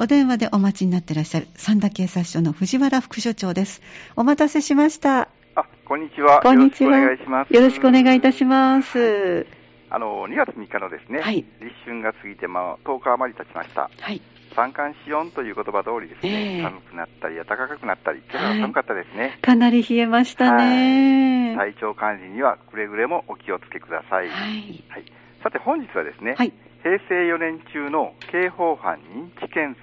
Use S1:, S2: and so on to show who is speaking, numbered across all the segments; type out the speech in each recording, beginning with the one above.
S1: お電話でお待ちになってらっしゃる三田警察署の藤原副署長です。お待たせしました。
S2: あ、こんにちは。
S1: こんにちは。
S2: よろしくお願いします。
S1: よろしくお願いいたします。
S2: あの、2月3日のですね、
S1: はい
S2: 立春が過ぎて、まあ、10日余り経ちました。
S1: はい。
S2: 三寒四温という言葉通りですね、
S1: ええ
S2: 寒くなったり、暖かくなったり、今朝
S1: は
S2: はい寒かったですね。
S1: かなり冷えましたね。
S2: 体調管理にはくれぐれもお気をつけください。はい。
S1: はい。
S2: さて、本日はですね、
S1: はい。
S2: 平成4年中の刑法犯認知件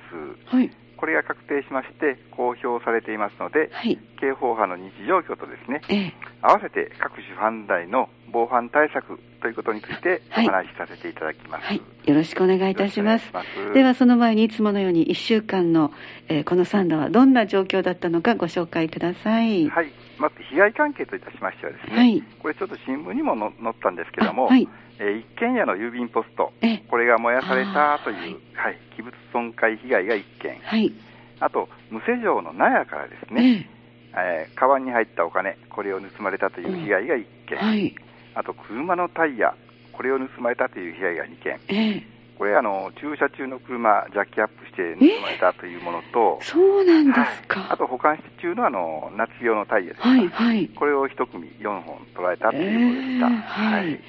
S2: 数、
S1: はい。
S2: これが確定しまして、公表されていますので、
S1: はい。
S2: 刑法犯の日常況とですね、
S1: ええ。
S2: 合わせて各種犯罪の防犯対策ということについてお
S1: はい
S2: 話しさせていただきます。
S1: はい。よろしくお願いいたします
S2: よ。ろしくお願いします
S1: では、その前にいつものように1週間の、えーこのサンダはどんな状況だったのかご紹介ください。
S2: はい、まず被害関係といたしましてはですね、
S1: はい
S2: これちょっと新聞にもの載ったんですけ
S1: あ
S2: ども、
S1: はい。
S2: えー一軒家の郵便ポスト、
S1: ええ。
S2: これが燃やされたという、
S1: あ
S2: は
S1: ー
S2: い器物損壊被害が1件、
S1: はい。
S2: あと、無施錠の納屋からですね、
S1: ね
S2: えーカバンに入ったお金、これを盗まれたという被害が1件、
S1: はい。
S2: あと車のタイヤ、これを盗まれたという被害が2件、
S1: ええ。
S2: これあの駐車中の車ジャッキアップして盗まれたというものと、
S1: そうなんです
S2: はいあ
S1: か。
S2: と保管中のあの夏用のタイヤですか、
S1: はい。はい。
S2: これを一組4本捉えたということでした、
S1: えーはい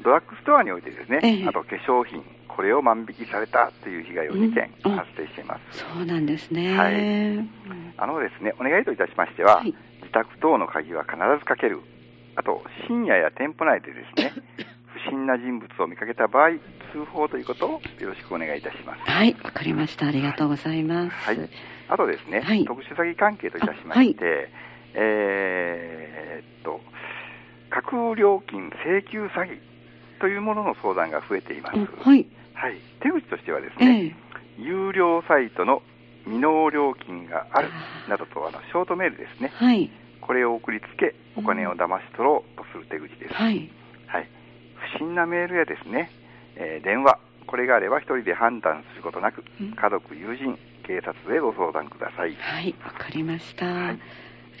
S2: ドラッグストアにおいてですね、
S1: ええ
S2: あと化粧品これを万引きされたという被害を2件
S1: うん
S2: 発生しています、
S1: そうなんですね。
S2: はい
S1: うん
S2: あのですねお願いといたしましては、
S1: はい
S2: 自宅等の鍵は必ずかけるあと深夜や店舗内でで すね不審な人物を見かけた場合通報ということをよろしくお願いいたします
S1: はい。わかりました。ありがとうございます。
S2: はい、あとですね、
S1: はい
S2: 特殊詐欺関係といたしまして、えーっと、架空料金請求詐欺というものの相談が増えています。
S1: うんはい。
S2: はい手口としてはです
S1: え
S2: ね、
S1: え。
S2: 有料サイトの未納料金がある
S1: あー
S2: などとあのショートメールですね、
S1: はい。
S2: これを送りつけ、お金を騙し取ろうとする手口です。
S1: はい。
S2: はい、不審なメールやですね、えー電話、これがあれば一人で判断することなく、
S1: うん
S2: 家族、友人、警察へご相談ください。
S1: はい。わかりました。
S2: はい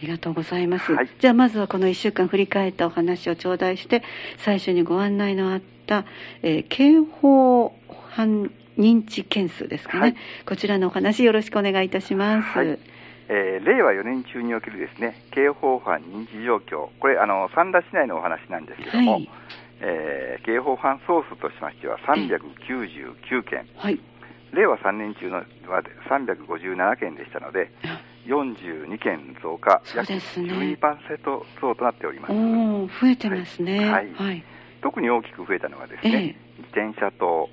S1: ありがとうございます。
S2: はい
S1: じゃあ、まずはこの1週間振り返ったお話を頂戴して、最初にご案内のあった、えー、刑法犯認知件数ですかね、
S2: はい
S1: こちらのお話よろしくお願いいたします。
S2: はいえー令和4年中におけるですね、刑法犯認知状況、これ、あの、三田市内のお話なんですけども、
S1: はい。
S2: えー刑法犯総数としましては399件、
S1: はい。
S2: 令和3年中のは357件でしたので、42件増加、
S1: そう
S2: 約
S1: ですね
S2: 12%増となっております。
S1: おー、増えてますね。
S2: はい
S1: はい。
S2: 特に大きく増えたのがです
S1: え
S2: ね、自転車と、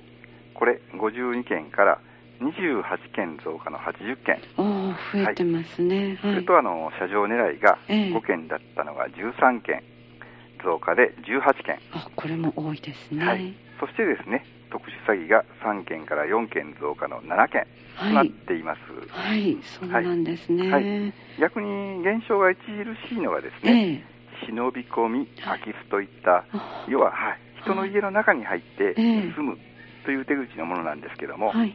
S2: これ52件から28件増加の80件、
S1: おー、増えてますね。
S2: そ
S1: は
S2: れ
S1: い。
S2: とあの車上狙いが
S1: ええ
S2: 5件だったのが13件、増加で18件、
S1: あ、これも多いですね。
S2: はい、そしてですね特殊詐欺が3件から4件増加の7件と
S1: はい
S2: なっています。
S1: はい、そうなんですね。
S2: はい逆に減少が著しいのがですね、
S1: ええ
S2: 忍び込み、
S1: は
S2: 空
S1: い
S2: き巣といった、
S1: あ
S2: 要は、はい、人の家の中に入って
S1: ええ
S2: 住むという手口のものなんですけども、
S1: はい。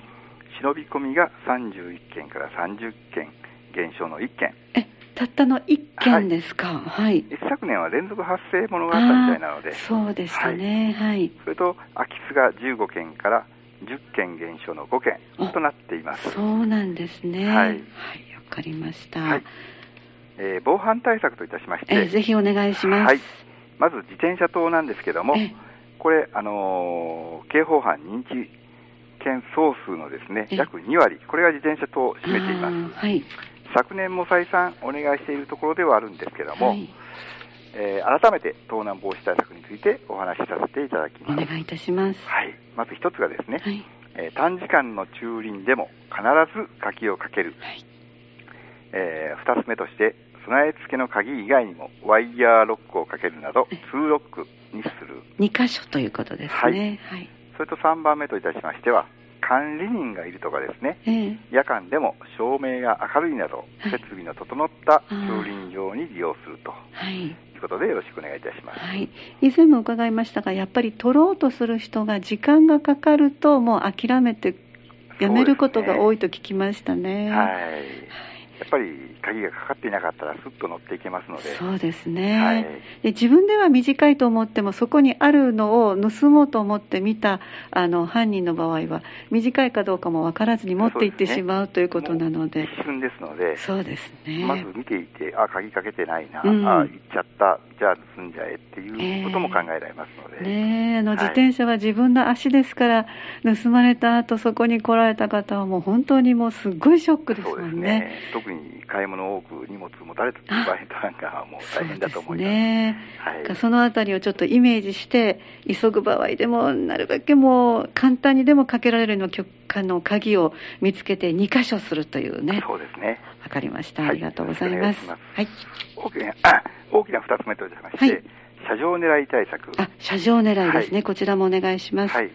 S2: 忍び込みが31件から30件、減少の1件、
S1: え、たったの一件ですか。はい。
S2: 一昨年は連続発生ものがあったみたいなので、
S1: そうでしたね。はい。
S2: それと空き巣が15件から10件減少の5件となっています。
S1: そうなんですね。
S2: は
S1: わ
S2: い
S1: かりました。
S2: はいえー防犯対策といたしまし
S1: え、
S2: て、
S1: ぜひお願いします。
S2: はいまず自転車等なんですけども、
S1: え
S2: これ、あのー刑法犯認知件総数のですね
S1: ええ
S2: 約2割、これが自転車等を占めてい
S1: あ
S2: ま
S1: ー
S2: す。
S1: はい。
S2: 昨年も再三お願いしているところではあるんですけども、
S1: はい。
S2: えー改めて盗難防止対策についてお話しさせていただき
S1: お
S2: ます。
S1: 願いいたします。
S2: はい、まず一つがですね、
S1: はい。
S2: えー短時間の駐輪でも必ず鍵をかける、
S1: はい
S2: えー二つ目として備え付けの鍵以外にもワイヤーロックをかけるなど
S1: え
S2: 2ロックにする
S1: 二箇所ということですね。はい。
S2: それと3番目といたしましては管理人がいるとかですね
S1: ええ。
S2: 夜間でも照明が明るいなど
S1: はい
S2: 設備の整った駐輪場に利用すると
S1: はい。
S2: いうことでよろしくお願いいたします、
S1: はい、以前も伺いましたがやっぱり取ろうとする人が時間がかかるともう諦めてやめることが多
S2: い
S1: いと聞きましたね。
S2: はいやっぱり鍵がかかっていなかったらスッと乗っていけますので、
S1: そうです
S2: は
S1: ね、
S2: い、
S1: で自分では短いと思ってもそこにあるのを盗もうと思って見たあの犯人の場合は短いかどうかも分からずに持っていって
S2: そうです
S1: し
S2: ね
S1: まうということなので
S2: 一瞬ですので、
S1: そうですね
S2: まず見ていて、あ鍵かけてないな、
S1: うん
S2: あ行っちゃった、じゃあ盗んじゃえっていうことも考えられますので、
S1: ねえあの
S2: はい
S1: 自転車は自分の足ですから、盗まれた後そこに来られた方はもう本当にもうすっごいショックですも
S2: そうです
S1: ん
S2: ね
S1: ね。、
S2: 特に買い物多く荷物持たれた場合なんかはもう大変だと思
S1: そう
S2: います。
S1: ですね
S2: はい
S1: だからそのあたりをちょっとイメージして、急ぐ場合でも、なるべくもう簡単にでもかけられるようなきょあの鍵を見つけて2箇所するというね、
S2: そうですね。
S1: わかりました、
S2: はい
S1: ありがとうございます。
S2: よろしく
S1: はい、
S2: 大きな、あ大きな2つ目としまして、
S1: はい
S2: 車上狙い対策。
S1: あ車上狙いですね、
S2: はい
S1: こちらもお願いします。
S2: はい。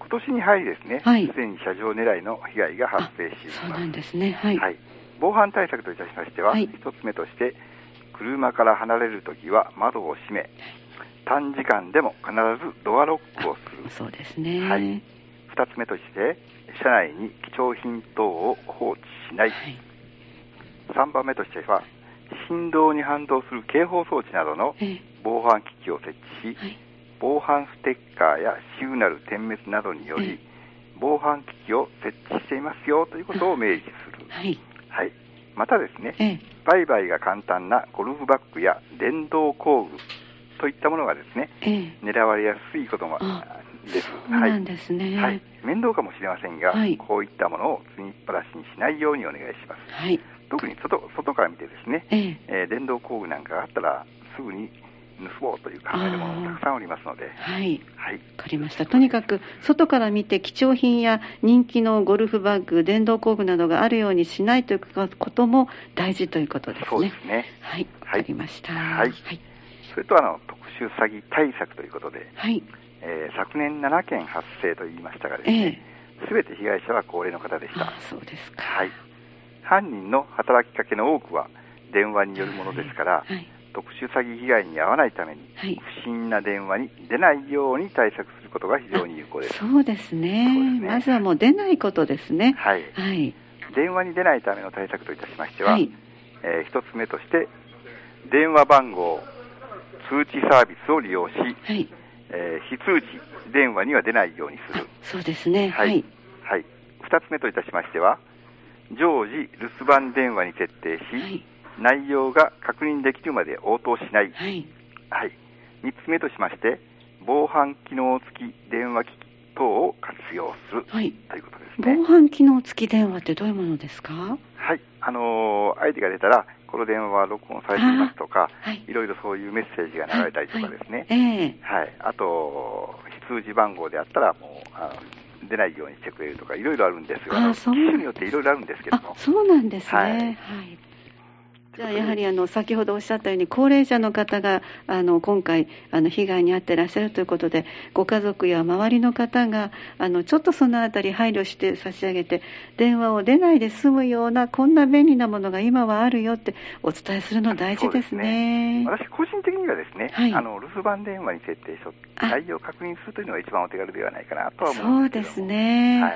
S2: 今年に入りですね、
S1: はい
S2: すでに車上狙いの被害が発生し
S1: そう
S2: ま
S1: な
S2: す。
S1: んですね、はい、
S2: はい。防犯対策といたしましては、
S1: はい
S2: 一つ目として、車から離れるときは窓を閉め、短時間でも必ずドアロックをする。
S1: そうですね、
S2: はい二つ目として、車内に貴重品等を放置しない。
S1: はい
S2: 3番目としては、振動に反動する警報装置などの
S1: え
S2: 防犯機器を設置
S1: え
S2: し、
S1: はい
S2: 防犯ステッカーやシグナル点滅などによ
S1: はい
S2: り、防犯機器を設置していますよということを明示する。
S1: はい、
S2: はい。またですね、
S1: ええ
S2: 売買が簡単なゴルフバッグや電動工具といったものがですね、
S1: ええ
S2: 狙われやすいことも
S1: あ
S2: です。
S1: そう
S2: は
S1: ないん。ですね。
S2: はい、面倒かもしれませんが、
S1: はい
S2: こういったものを積みっぱなしにしないようにお願いします。
S1: はい。
S2: 特に外外から見てですね、
S1: ええ。
S2: えー電動工具なんかがあったらすぐに盗もうという考えるものもたくさんおりますので、
S1: はい。
S2: はい、
S1: わかりました。とにかく、外から見て貴重品や人気のゴルフバッグ、電動工具などがあるようにしないということも大事ということです
S2: そうで
S1: ね。
S2: すね。
S1: はい。わ
S2: はい
S1: かりました。
S2: は
S1: は
S2: い
S1: い。
S2: それとあの特殊詐欺対策ということで、
S1: はい。
S2: えー昨年7件発生と言いましたがです
S1: え
S2: ね、
S1: え。
S2: すべて被害者は高齢の方でした
S1: あ。そうですか。
S2: はい、犯人の働きかけの多くは電話によるものですから、
S1: はい。
S2: 特殊詐欺被害に遭わないために、
S1: はい
S2: 不審な電話に出ないように対策することが非常に有効です。
S1: そうですね
S2: そうですね
S1: まずはもう出ないことですね。
S2: はい、
S1: はい。
S2: 電話に出ないための対策といたしましては、
S1: はい。
S2: えー一つ目として、電話番号、通知サービスを利用し、
S1: はい。
S2: えー非通知電話には出ないようにす
S1: あ
S2: る。
S1: そうですね。はい。
S2: はい。二つ目といたしましては、常時留守番電話に設定し、
S1: はい。
S2: 内容が確認できるまで応答しない。
S1: はい。
S2: はい。三つ目としまして、防犯機能付き電話機器等を活用する
S1: はい。
S2: ということですね。
S1: 防犯機能付き電話ってどういうものですか
S2: はい。あのー相手が出たら、この電話は録音されていますとか、
S1: はい。
S2: いろいろそういうメッセージが流れたりとかですね。
S1: はいはいええ
S2: はい。あと、非通知番号であったら、もう、あの出ないようにしてくれるとか、いろいろあるんですよ。
S1: あー
S2: あの機
S1: そう
S2: 種によっていろいろあるんですけど
S1: あ
S2: も。
S1: そうなんですね、は
S2: はいい
S1: じゃあ、やはりあの先ほどおっしゃったように、高齢者の方があの今回、あの被害に遭ってらっしゃるということで、ご家族や周りの方が、あのちょっとそのあたり、配慮して差し上げて、電話を出ないで済むような、こんな便利なものが今はあるよって、お伝えするの大事ですね。
S2: 私個人的にはですね、
S1: はい
S2: あの留守番電話に設定しておって
S1: あ
S2: 内容を確認するというのが一番お手軽ではないかなとは思
S1: そ
S2: うん
S1: う
S2: で
S1: です
S2: け
S1: す
S2: ども
S1: ね、
S2: はい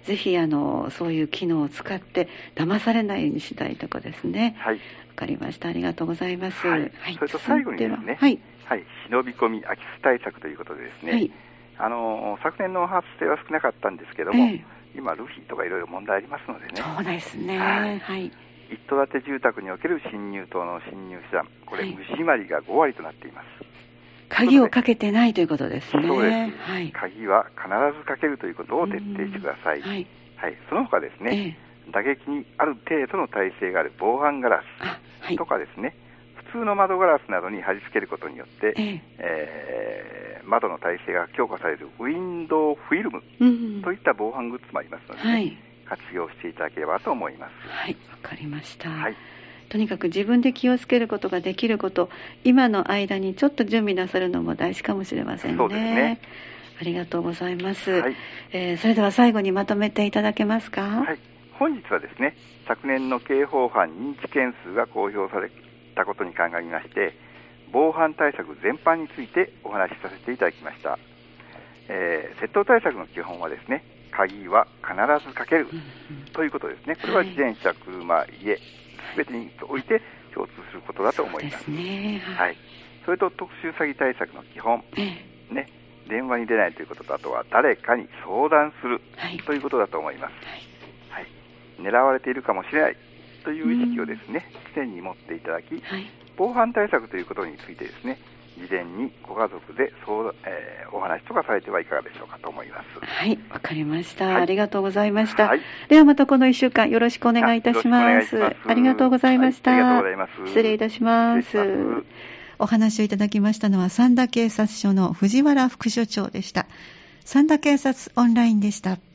S1: ぜひあのそういう機能を使って、騙されないようにしたいとこですね。
S2: はい、
S1: わかりました。ありがとうございます。
S2: はいそれと最後にですね
S1: 続いてははい。
S2: はい、忍び込み空き巣対策ということでですね、
S1: はい。
S2: あのー昨年の発生は少なかったんですけども、
S1: ええ
S2: 今ルフィとかいろいろ問題ありますのでね
S1: そうですね。
S2: はい
S1: はい。
S2: 一戸建て住宅における侵入等の侵入手段これ、
S1: はい
S2: 無締まりが5割となっています
S1: 鍵をかけてないということですね。
S2: そうです、
S1: はい。
S2: 鍵は必ずかけるということを徹底してくださ
S1: う
S2: い、
S1: んはい。
S2: はい、その他ですね、
S1: ええ
S2: 打撃にある程度の耐性がある防犯ガラ
S1: あ、は
S2: ス
S1: い
S2: と。かですね、普通の窓ガラスなどに貼り付けることによって、
S1: ええ
S2: えー窓の耐性が強化されるウィンドウフィルム
S1: うん
S2: といった防犯グッズもありますのでね、
S1: はい。
S2: 活用していただければと思います。
S1: はい。わかりました。
S2: はい、
S1: とにかく自分で気をつけることができること今の間にちょっと準備なさるのも大事かもしれませんね
S2: そうですね
S1: ありがとうございます、
S2: はい
S1: えーそれでは最後にまとめていただけますか
S2: はい、本日はですね、昨年の刑法犯認知件数が公表されたことに鑑みまして、防犯対策全般についてお話しさせていただきました。えー窃盗対策の基本はですね、鍵は必ずかける
S1: うんうん
S2: ということですね。これは自転車、車、家、すべてにおいて共通することだと思います。
S1: そうですね。。
S2: はいい。それと特殊詐欺対策の基本、
S1: え
S2: ね、電話に出ないということと、あとは誰かに相談する
S1: えはい。
S2: ということだと思います。
S1: はい
S2: はい。狙われているかもしれないという意識をですね、常に持っていただき、
S1: はい。
S2: 防犯対策ということについてですね、事前にご家族で相談、えーお話とかされてはいかがでしょうかと思います。
S1: はい。わかりました、
S2: はい
S1: ありがとうございました。
S2: はい
S1: ではまたこの一週間よろしくお願いいたします。
S2: よろしくお願いします
S1: ありがとうございました。
S2: はいありがとうございます
S1: 失礼いたします。
S2: 失礼します
S1: お話をいただきましたのは三田警察署の藤原副署長でした。三田警察オンラインでした。